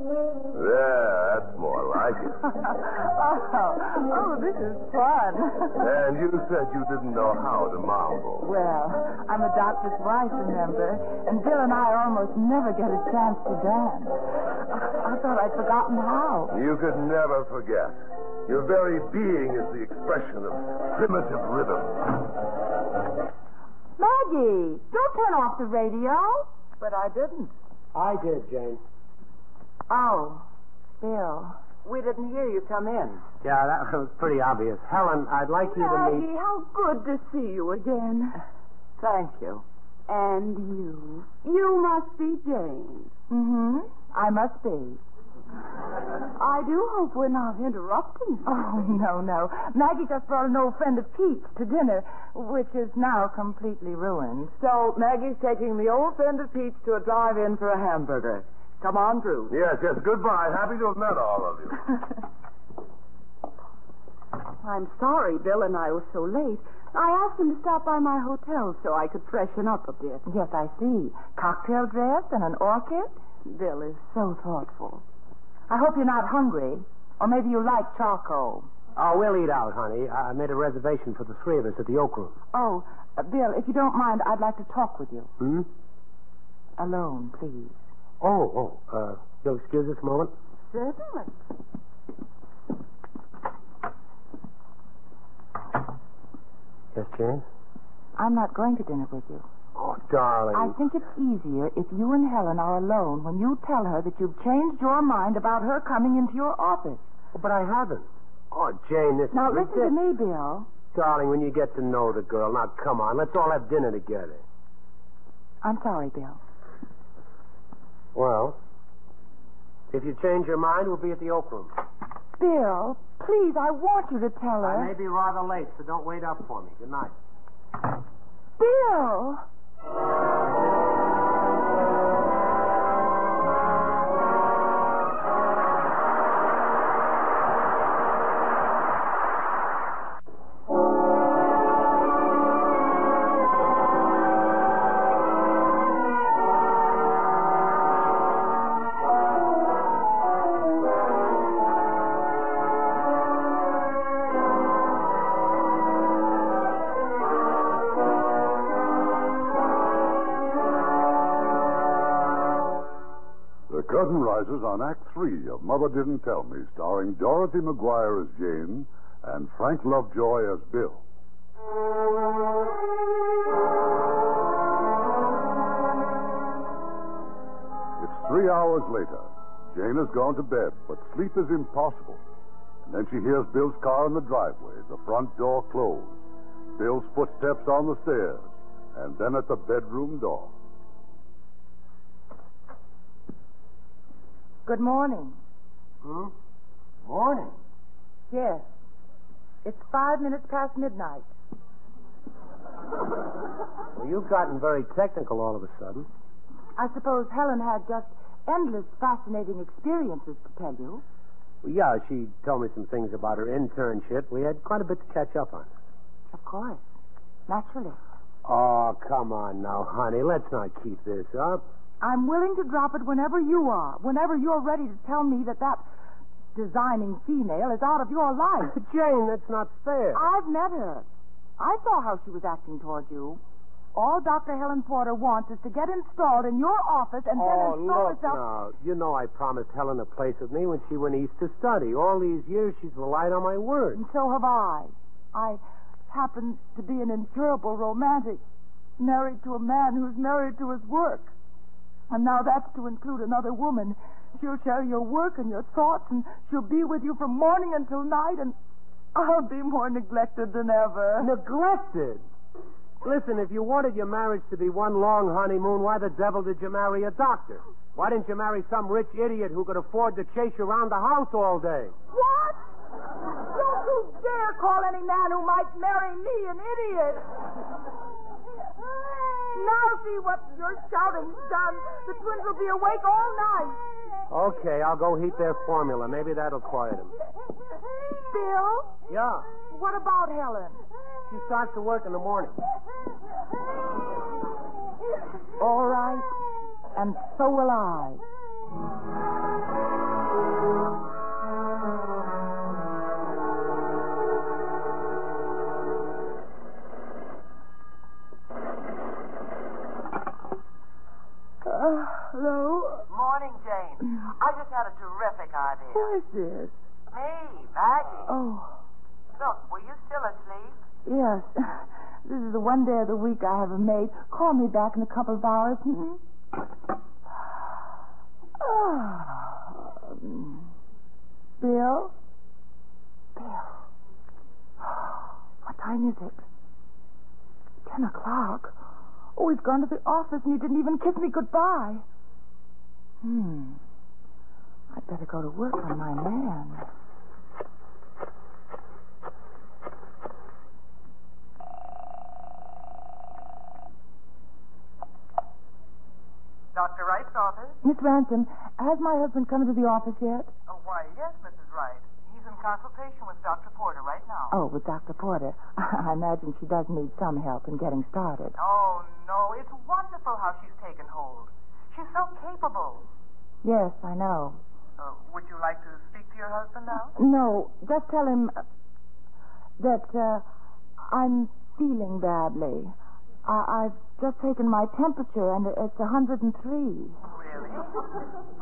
Speaker 13: There, that's more like it.
Speaker 4: Oh, this is fun.
Speaker 13: And you said you didn't know how to marvel.
Speaker 4: well, I'm a doctor's wife, remember? And Bill and I almost never get a chance to dance. I, I thought I'd forgotten how.
Speaker 13: You could never forget. Your very being is the expression of primitive rhythm.
Speaker 7: Maggie, don't turn off the radio.
Speaker 12: But I didn't.
Speaker 5: I did, Jane.
Speaker 12: Oh,
Speaker 4: Bill.
Speaker 12: We didn't hear you come in.
Speaker 5: Yeah, that was pretty obvious. Helen, I'd like you to meet.
Speaker 6: Maggie, how good to see you again.
Speaker 12: Thank you.
Speaker 6: And you. You must be Jane.
Speaker 4: Mm-hmm.
Speaker 6: I must be. I do hope we're not interrupting.
Speaker 4: Oh, no, no. Maggie just brought an old friend of Pete's to dinner, which is now completely ruined.
Speaker 12: So Maggie's taking the old friend of Pete's to a drive-in for a hamburger. Come on through.
Speaker 13: Yes, yes. Goodbye. Happy to have met all of you.
Speaker 6: I'm sorry Bill and I were so late. I asked him to stop by my hotel so I could freshen up a bit.
Speaker 4: Yes, I see. Cocktail dress and an orchid?
Speaker 6: Bill is so thoughtful.
Speaker 4: I hope you're not hungry. Or maybe you like charcoal.
Speaker 5: Oh, we'll eat out, honey. I made a reservation for the three of us at the Oak Room.
Speaker 4: Oh, uh, Bill, if you don't mind, I'd like to talk with you.
Speaker 5: Hmm?
Speaker 4: Alone, please.
Speaker 5: Oh, oh. Uh, you'll excuse us a moment?
Speaker 6: Certainly.
Speaker 5: Yes, Jane?
Speaker 4: I'm not going to dinner with you.
Speaker 5: Oh, darling.
Speaker 4: I think it's easier if you and Helen are alone when you tell her that you've changed your mind about her coming into your office.
Speaker 5: But I haven't. Oh, Jane, this
Speaker 4: Now,
Speaker 5: is
Speaker 4: listen to me, Bill.
Speaker 5: Darling, when you get to know the girl, now come on, let's all have dinner together.
Speaker 4: I'm sorry, Bill.
Speaker 5: Well, if you change your mind, we'll be at the Oak Room.
Speaker 4: Bill, please, I want you to tell her.
Speaker 5: I may be rather late, so don't wait up for me. Good night.
Speaker 4: Bill!
Speaker 2: curtain rises on Act Three of Mother Didn't Tell Me, starring Dorothy McGuire as Jane and Frank Lovejoy as Bill. It's three hours later. Jane has gone to bed, but sleep is impossible. And then she hears Bill's car in the driveway, the front door closed, Bill's footsteps on the stairs, and then at the bedroom door.
Speaker 3: Good morning.
Speaker 5: Hmm? Morning.
Speaker 3: Yes. It's five minutes past midnight.
Speaker 5: Well, you've gotten very technical all of a sudden.
Speaker 3: I suppose Helen had just endless fascinating experiences to tell you.
Speaker 5: Well, yeah, she told me some things about her internship. We had quite a bit to catch up on.
Speaker 3: Of course. Naturally.
Speaker 5: Oh, come on now, honey. Let's not keep this up.
Speaker 3: I'm willing to drop it whenever you are, whenever you're ready to tell me that that designing female is out of your life.
Speaker 5: Jane, that's not fair.
Speaker 3: I've met her. I saw how she was acting toward you. All Dr. Helen Porter wants is to get installed in your office and then
Speaker 5: oh,
Speaker 3: install
Speaker 5: look
Speaker 3: herself.
Speaker 5: now. You know I promised Helen a place with me when she went east to study. All these years she's relied on my word.
Speaker 3: And so have I. I happen to be an incurable romantic, married to a man who's married to his work. And now that's to include another woman. She'll share your work and your thoughts, and she'll be with you from morning until night, and I'll be more neglected than ever.
Speaker 5: Neglected? Listen, if you wanted your marriage to be one long honeymoon, why the devil did you marry a doctor? Why didn't you marry some rich idiot who could afford to chase you around the house all day?
Speaker 3: What? Don't you dare call any man who might marry me an idiot. Now see what your shouting's done. The twins will be awake all night.
Speaker 5: Okay, I'll go heat their formula. Maybe that'll quiet them.
Speaker 3: Bill,
Speaker 5: Yeah,
Speaker 3: what about Helen?
Speaker 5: she starts to work in the morning.
Speaker 3: All right. And so will I.
Speaker 6: Uh, hello?
Speaker 4: Uh,
Speaker 12: Morning, Jane. I just had a terrific idea.
Speaker 6: Who is this?
Speaker 8: Me, Maggie.
Speaker 4: Oh,
Speaker 8: Look, were you still asleep?
Speaker 4: yes. This is the one day of the week I have a maid. Call me back in a couple of hours. Hmm? Ah. Um, Bill? Bill. What time is it? Ten o'clock. Oh, he's gone to the office and he didn't even kiss me goodbye. Hmm. I'd better go to work on my man.
Speaker 8: Dr. Wright's office?
Speaker 4: Miss Ransom, has my husband come into the office yet?
Speaker 8: Oh, why, yes, Mrs. Wright. He's in consultation with Dr. Porter right now.
Speaker 4: Oh, with Dr. Porter. I imagine she does need some help in getting started.
Speaker 8: Oh, no. It's wonderful how she's taken hold. She's so capable.
Speaker 4: Yes, I know.
Speaker 8: Uh, would you like to speak to your husband now?
Speaker 4: No, just tell him uh, that uh, I'm feeling badly. I- I've just taken my temperature and it's 103.
Speaker 8: Really?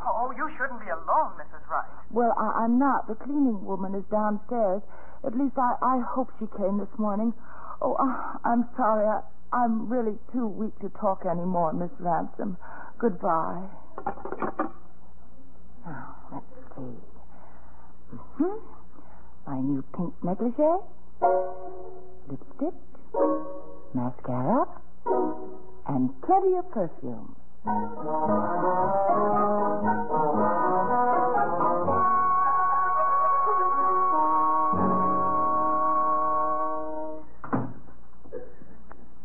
Speaker 8: Oh, you shouldn't be alone, Mrs. Wright.
Speaker 4: Well, I- I'm not. The cleaning woman is downstairs. At least I, I hope she came this morning. Oh, I- I'm sorry. I- I'm really too weak to talk anymore, Miss Ransom. Goodbye. Now, let's see. hmm My new pink negligee, lipstick, mascara, and plenty of perfume.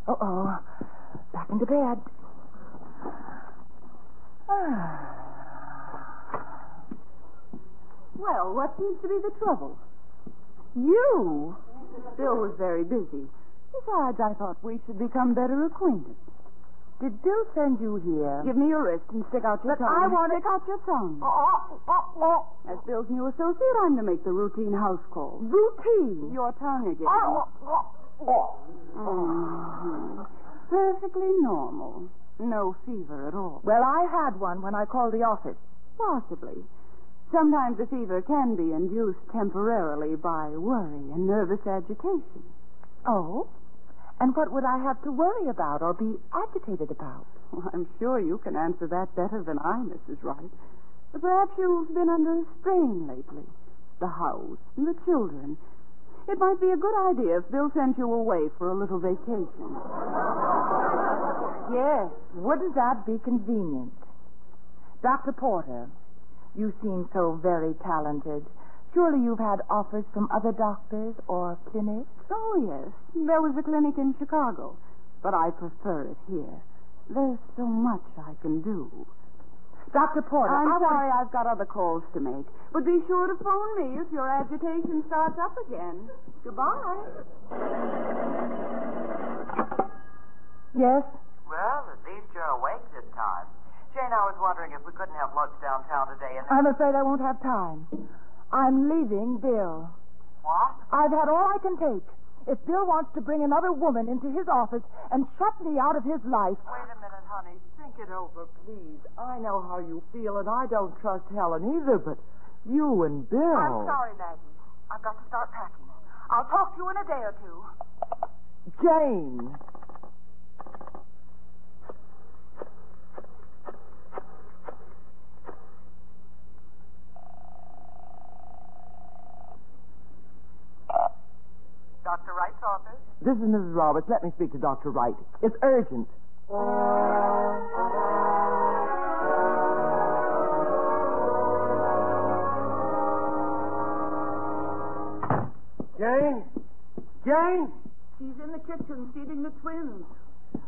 Speaker 4: Uh oh. Back into bed. Ah.
Speaker 14: Well, what seems to be the trouble? You? Bill was very busy. Besides, I thought we should become better acquainted.
Speaker 4: Did Bill send you here?
Speaker 14: Give me your wrist and stick out your
Speaker 4: But
Speaker 14: tongue.
Speaker 4: I want-
Speaker 14: stick out your tongue.
Speaker 8: Oh,
Speaker 3: Oh,
Speaker 14: As Bill's new associate, I'm to make the routine house call. Routine? Your tongue again.
Speaker 8: Oh,
Speaker 3: oh.
Speaker 14: Mhm. Perfectly normal. No fever at all.
Speaker 4: Well, I had one when I called the office.
Speaker 14: Possibly. Sometimes a fever can be induced temporarily by worry and nervous agitation.
Speaker 4: Oh? And what would I have to worry about or be agitated about?
Speaker 14: Well, I'm sure you can answer that better than I, Mrs. Wright. But perhaps you've been under strain lately. The house and the children. It might be a good idea if Bill sent you away for a little vacation.
Speaker 4: Yes. Wouldn't that be convenient? Dr. Porter, you seem so very talented. Surely you've had offers from other doctors or clinics?
Speaker 14: Oh, yes. There was a clinic in Chicago, but I prefer it here. There's so much I can do.
Speaker 4: Dr. Porter,
Speaker 14: I'm
Speaker 4: I want-
Speaker 14: sorry I've got other calls to make, but be sure to phone me if your agitation starts up again. Goodbye.
Speaker 4: Yes?
Speaker 8: Well, at least you're awake this time. Jane, I was wondering if we couldn't have lunch downtown today and...
Speaker 4: I'm afraid I won't have time. I'm leaving Bill.
Speaker 8: What?
Speaker 4: I've had all I can take. If Bill wants to bring another woman into his office and shut me out of his life,
Speaker 15: Wait a minute, honey. Think it over, please. I know how you feel, and I don't trust Helen either, but you and Bill.
Speaker 4: Oh.
Speaker 8: I'm sorry, Maggie. I've got to start packing. I'll talk to you in a day or two.
Speaker 15: Jane.
Speaker 8: Dr. Wright's office?
Speaker 15: This is Mrs. Roberts. Let me speak to Dr. Wright. It's urgent.
Speaker 5: Jane? Jane?
Speaker 6: She's in the kitchen feeding the twins.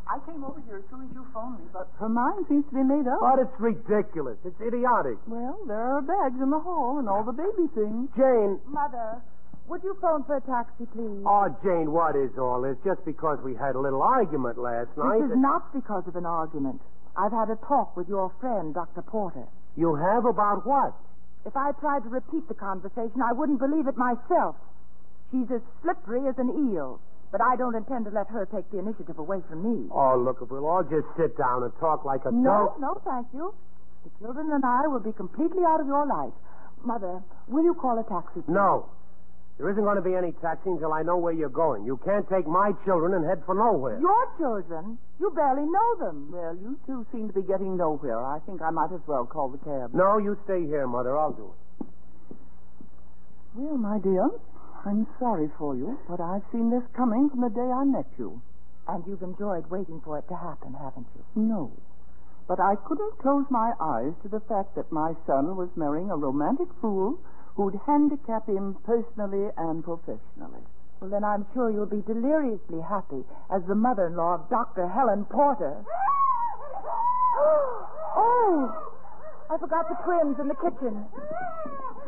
Speaker 6: I came over here as soon as you phoned me, but
Speaker 5: Her mind seems to be made up. But it's ridiculous. It's idiotic.
Speaker 6: well, there are bags in the hall and all the baby things.
Speaker 5: Jane.
Speaker 4: Mother, Uh, would you phone for a taxi, please?
Speaker 5: Oh, Jane, what is all this? Just because we had a little argument last night.
Speaker 4: This is not because of an argument. I've had a talk with your friend, Dr. Porter.
Speaker 5: You have about what?
Speaker 4: If I tried to repeat the conversation, I wouldn't believe it myself. She's as slippery as an eel, but I don't intend to let her take the initiative away from me.
Speaker 5: Oh, look, if we'll all just sit down and talk like adults.
Speaker 4: No, no, thank you. The children and I will be completely out of your life. Mother, will you call a taxi? please?
Speaker 5: No. There isn't going to be any taxi until I know where you're going. You can't take my children and head for nowhere.
Speaker 7: Your children? You barely know them.
Speaker 6: Well, you two seem to be getting nowhere. I think I might as well call the cab.
Speaker 5: No, you stay here, Mother. I'll do it.
Speaker 6: Well, my dear, I'm sorry for you, but I've seen this coming from the day I met you.
Speaker 4: And you've enjoyed waiting for it to happen, haven't you?
Speaker 6: No. But I couldn't close my eyes to the fact that my son was marrying a romantic fool who'd handicap him personally and professionally.
Speaker 4: Well, then I'm sure you'll be deliriously happy as the mother in law of Dr. Helen Porter.
Speaker 7: oh! I forgot the twins in the kitchen.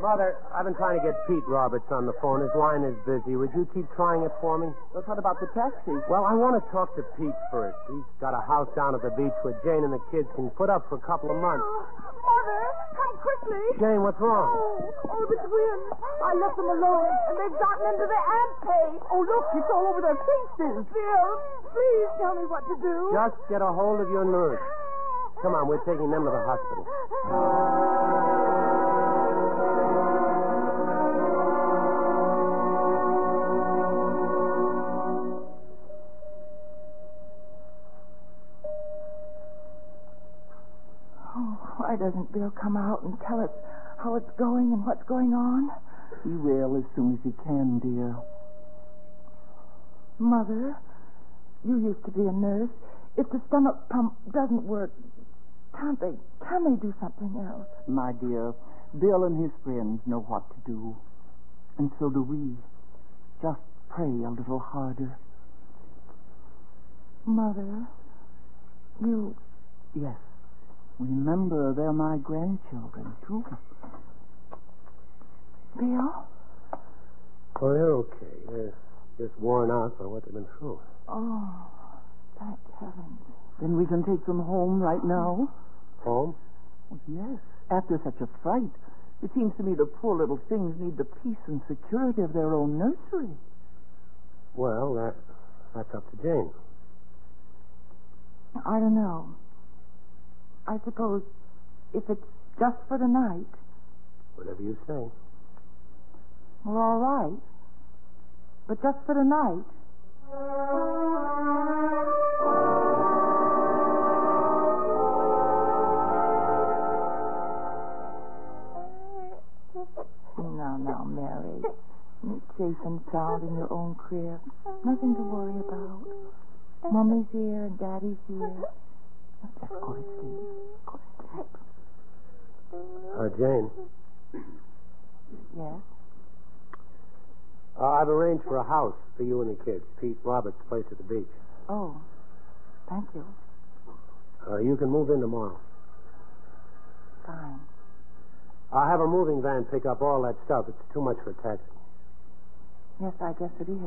Speaker 5: Mother, I've been trying to get Pete Roberts on the phone. His line is busy. Would you keep trying it for me?
Speaker 6: Well, what about the taxi?
Speaker 5: Well, I want to talk to Pete first. He's got a house down at the beach where Jane and the kids can put up for a couple of months.
Speaker 7: Mother, come quickly.
Speaker 5: Jane, what's wrong?
Speaker 7: Oh, oh the twins. I left them alone, and they've gotten into the ant cave.
Speaker 6: Oh, look, it's all over their faces.
Speaker 7: Bill, please tell me what to do.
Speaker 5: Just get a hold of your nurse. Come on, we're taking them to the hospital.
Speaker 4: Oh, Why doesn't Bill come out and tell us how it's going and what's going on?
Speaker 6: He will as soon as he can, dear.
Speaker 4: Mother, you used to be a nurse. If the stomach pump doesn't work, can't they can they do something else?
Speaker 6: My dear, Bill and his friends know what to do. And so do we. Just pray a little harder.
Speaker 4: Mother, you
Speaker 6: Yes. Remember, they're my grandchildren, too.
Speaker 4: Bill?
Speaker 5: Oh, they're okay. They're just worn out by what they've been through.
Speaker 4: Oh, thank heavens.
Speaker 6: Then we can take them home right now.
Speaker 5: Home?
Speaker 6: Oh, yes, after such a fright. It seems to me the poor little things need the peace and security of their own nursery.
Speaker 5: Well, that, that's up to Jane.
Speaker 4: I don't know. I suppose if it's just for tonight.
Speaker 5: Whatever you say.
Speaker 4: We're all right. But just for tonight. No, no, Mary. Safe and sound in your own crib. Nothing to worry about. Mummy's here and Daddy's here. Just go to sleep. Go to sleep.
Speaker 5: Uh, Jane.
Speaker 4: Yes?
Speaker 5: Uh, I've arranged for a house for you and the kids. Pete Roberts' place at the beach.
Speaker 4: Oh, thank you.
Speaker 5: Uh, you can move in tomorrow.
Speaker 4: Fine.
Speaker 5: I'll have a moving van pick up all that stuff. It's too much for a taxi.
Speaker 4: Yes, I guess it is.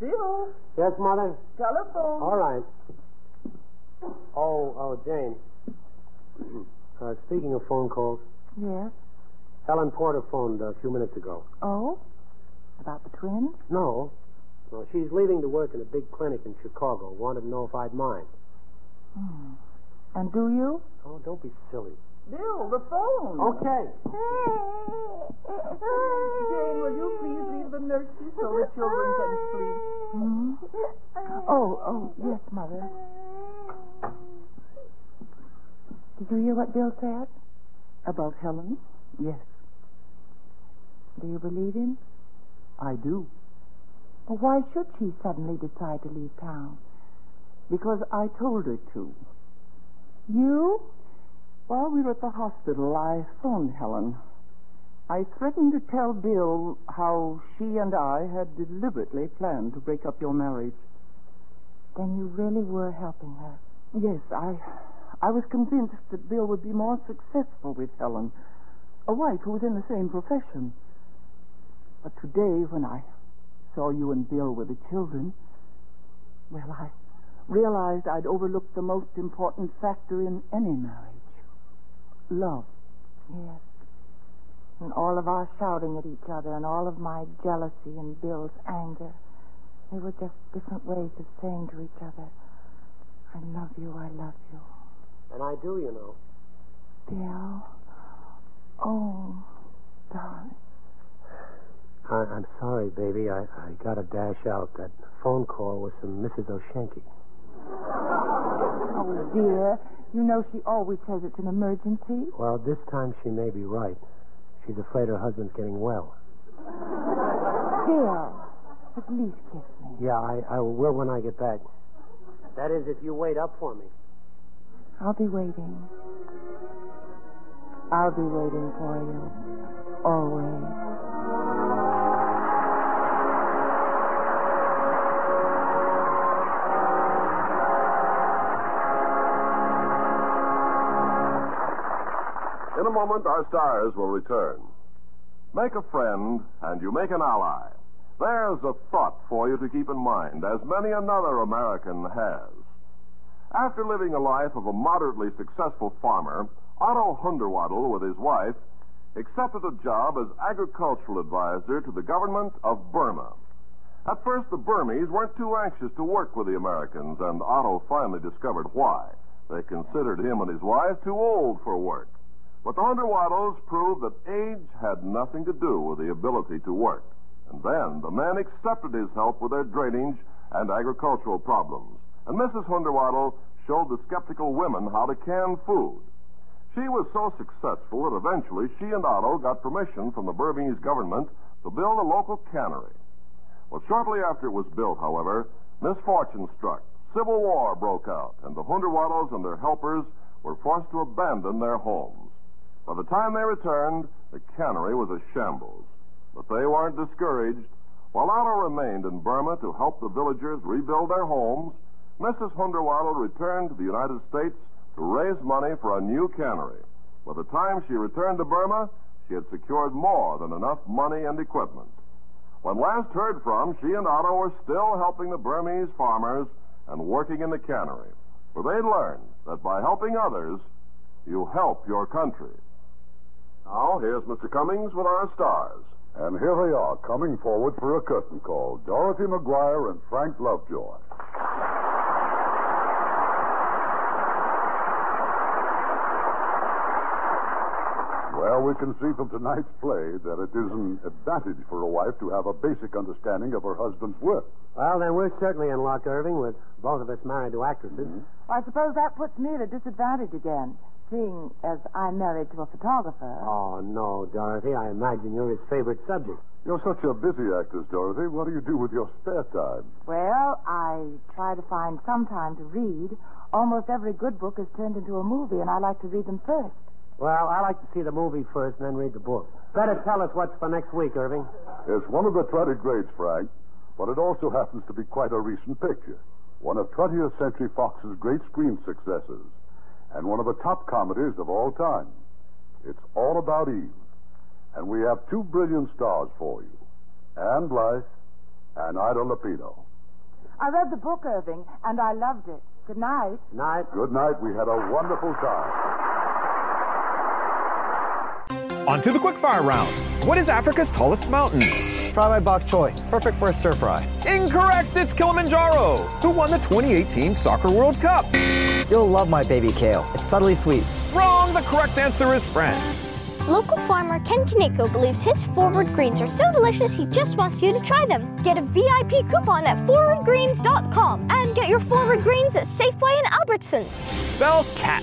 Speaker 12: Bill,
Speaker 5: Yes, Mother?
Speaker 12: telephone.
Speaker 5: All right. Oh, oh, Jane. Uh, speaking of phone calls,
Speaker 4: Yes?
Speaker 5: Helen Porter phoned a few minutes ago.
Speaker 4: Oh? About the twins?
Speaker 5: No. Well, she's leaving to work in a big clinic in Chicago. Wanted to know if I'd mind.
Speaker 4: Hmm. And do you?
Speaker 5: Oh, don't be silly.
Speaker 12: Bill, the phone.
Speaker 5: Okay.
Speaker 12: Jane, will you please leave the nursery so the children can sleep?
Speaker 4: Hmm? Oh, oh, yes, Mother.
Speaker 5: uh,
Speaker 4: Did you hear what Bill said?
Speaker 6: About Helen? Yes,
Speaker 4: Do you believe him?
Speaker 6: I do.
Speaker 4: Well, why should she suddenly decide to leave town?
Speaker 6: Because I told her to.
Speaker 4: You?
Speaker 6: While we were at the hospital, I phoned Helen. I threatened to tell Bill how she and I had deliberately planned to break up your marriage.
Speaker 4: Then you really were helping her.
Speaker 6: Yes, I I was convinced that Bill would be more successful with Helen, a wife who was in the same profession. But today, when I saw you and Bill with the children, well, I realized I'd overlooked the most important factor in any marriage love.
Speaker 4: Yes. And all of our shouting at each other and all of my jealousy and Bill's anger. They were just different ways of saying to each other, I love you, I love you.
Speaker 5: And I do, you know.
Speaker 4: Bill. Oh, darling.
Speaker 5: I'm sorry, baby. I, I gotta dash out. That phone call was from Mrs. O'Shanky.
Speaker 4: Oh, dear. You know she always says it's an emergency.
Speaker 5: Well, this time she may be right. She's afraid her husband's getting well.
Speaker 4: Dear, at least kiss me.
Speaker 5: Yeah, I, I will when I get back. That is, if you wait up for me.
Speaker 4: I'll be waiting. I'll be waiting for you. Always.
Speaker 1: In a moment, our stars will return. Make a friend, and you make an ally. There's a thought for you to keep in mind, as many another American has. After living a life of a moderately successful farmer, Otto Hunderwaddle, with his wife, accepted a job as agricultural advisor to the government of Burma. At first, the Burmese weren't too anxious to work with the Americans, and Otto finally discovered why. They considered him and his wife too old for work. But the Hunderwaddles proved that age had nothing to do with the ability to work. And then the men accepted his help with their drainage and agricultural problems. And Mrs. Hunderwaddle showed the skeptical women how to can food. She was so successful that eventually she and Otto got permission from the Burmese government to build a local cannery. Well, shortly after it was built, however, misfortune struck. Civil war broke out, and the Hunderwaddles and their helpers were forced to abandon their homes. By the time they returned, the cannery was a shambles. But they weren't discouraged. While Otto remained in Burma to help the villagers rebuild their homes, Mrs. Hunderwaddle returned to the United States to raise money for a new cannery. By the time she returned to Burma, she had secured more than enough money and equipment. When last heard from, she and Otto were still helping the Burmese farmers and working in the cannery, for they learned that by helping others, you help your country. Now, here's Mr. Cummings with our stars.
Speaker 2: And here they are, coming forward for a curtain call Dorothy McGuire and Frank Lovejoy. Well, we can see from tonight's play that it is an advantage for a wife to have a basic understanding of her husband's work.
Speaker 5: Well, then we're certainly in luck, Irving, with both of us married to actresses.
Speaker 4: I suppose that puts me at a disadvantage again seeing as I'm married to a photographer.
Speaker 5: Oh, no, Dorothy. I imagine you're his favorite subject.
Speaker 2: You're such a busy actress, Dorothy. What do you do with your spare time?
Speaker 4: Well, I try to find some time to read. Almost every good book is turned into a movie, and I like to read them first.
Speaker 5: Well, I like to see the movie first and then read the book. Better tell us what's for next week, Irving.
Speaker 2: It's one of the retrogrades, Frank, but it also happens to be quite a recent picture. One of 20th Century Fox's great screen successes and one of the top comedies of all time. It's All About Eve. And we have two brilliant stars for you Anne Blythe and Ida Lupino.
Speaker 4: I read the book, Irving, and I loved it. Good night.
Speaker 5: Night.
Speaker 2: Good night. We had a wonderful time.
Speaker 16: On to the quickfire round. What is Africa's tallest mountain?
Speaker 17: Try my bok choy. Perfect for a stir fry.
Speaker 16: Incorrect. It's Kilimanjaro. Who won the 2018 Soccer World Cup?
Speaker 17: You'll love my baby kale. It's subtly sweet.
Speaker 16: Wrong! The correct answer is France.
Speaker 18: Local farmer Ken Kaneko believes his forward greens are so delicious he just wants you to try them. Get a VIP coupon at forwardgreens.com and get your forward greens at Safeway and Albertsons.
Speaker 16: Spell cat.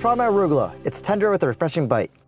Speaker 17: Try my arugula. It's tender with a refreshing bite.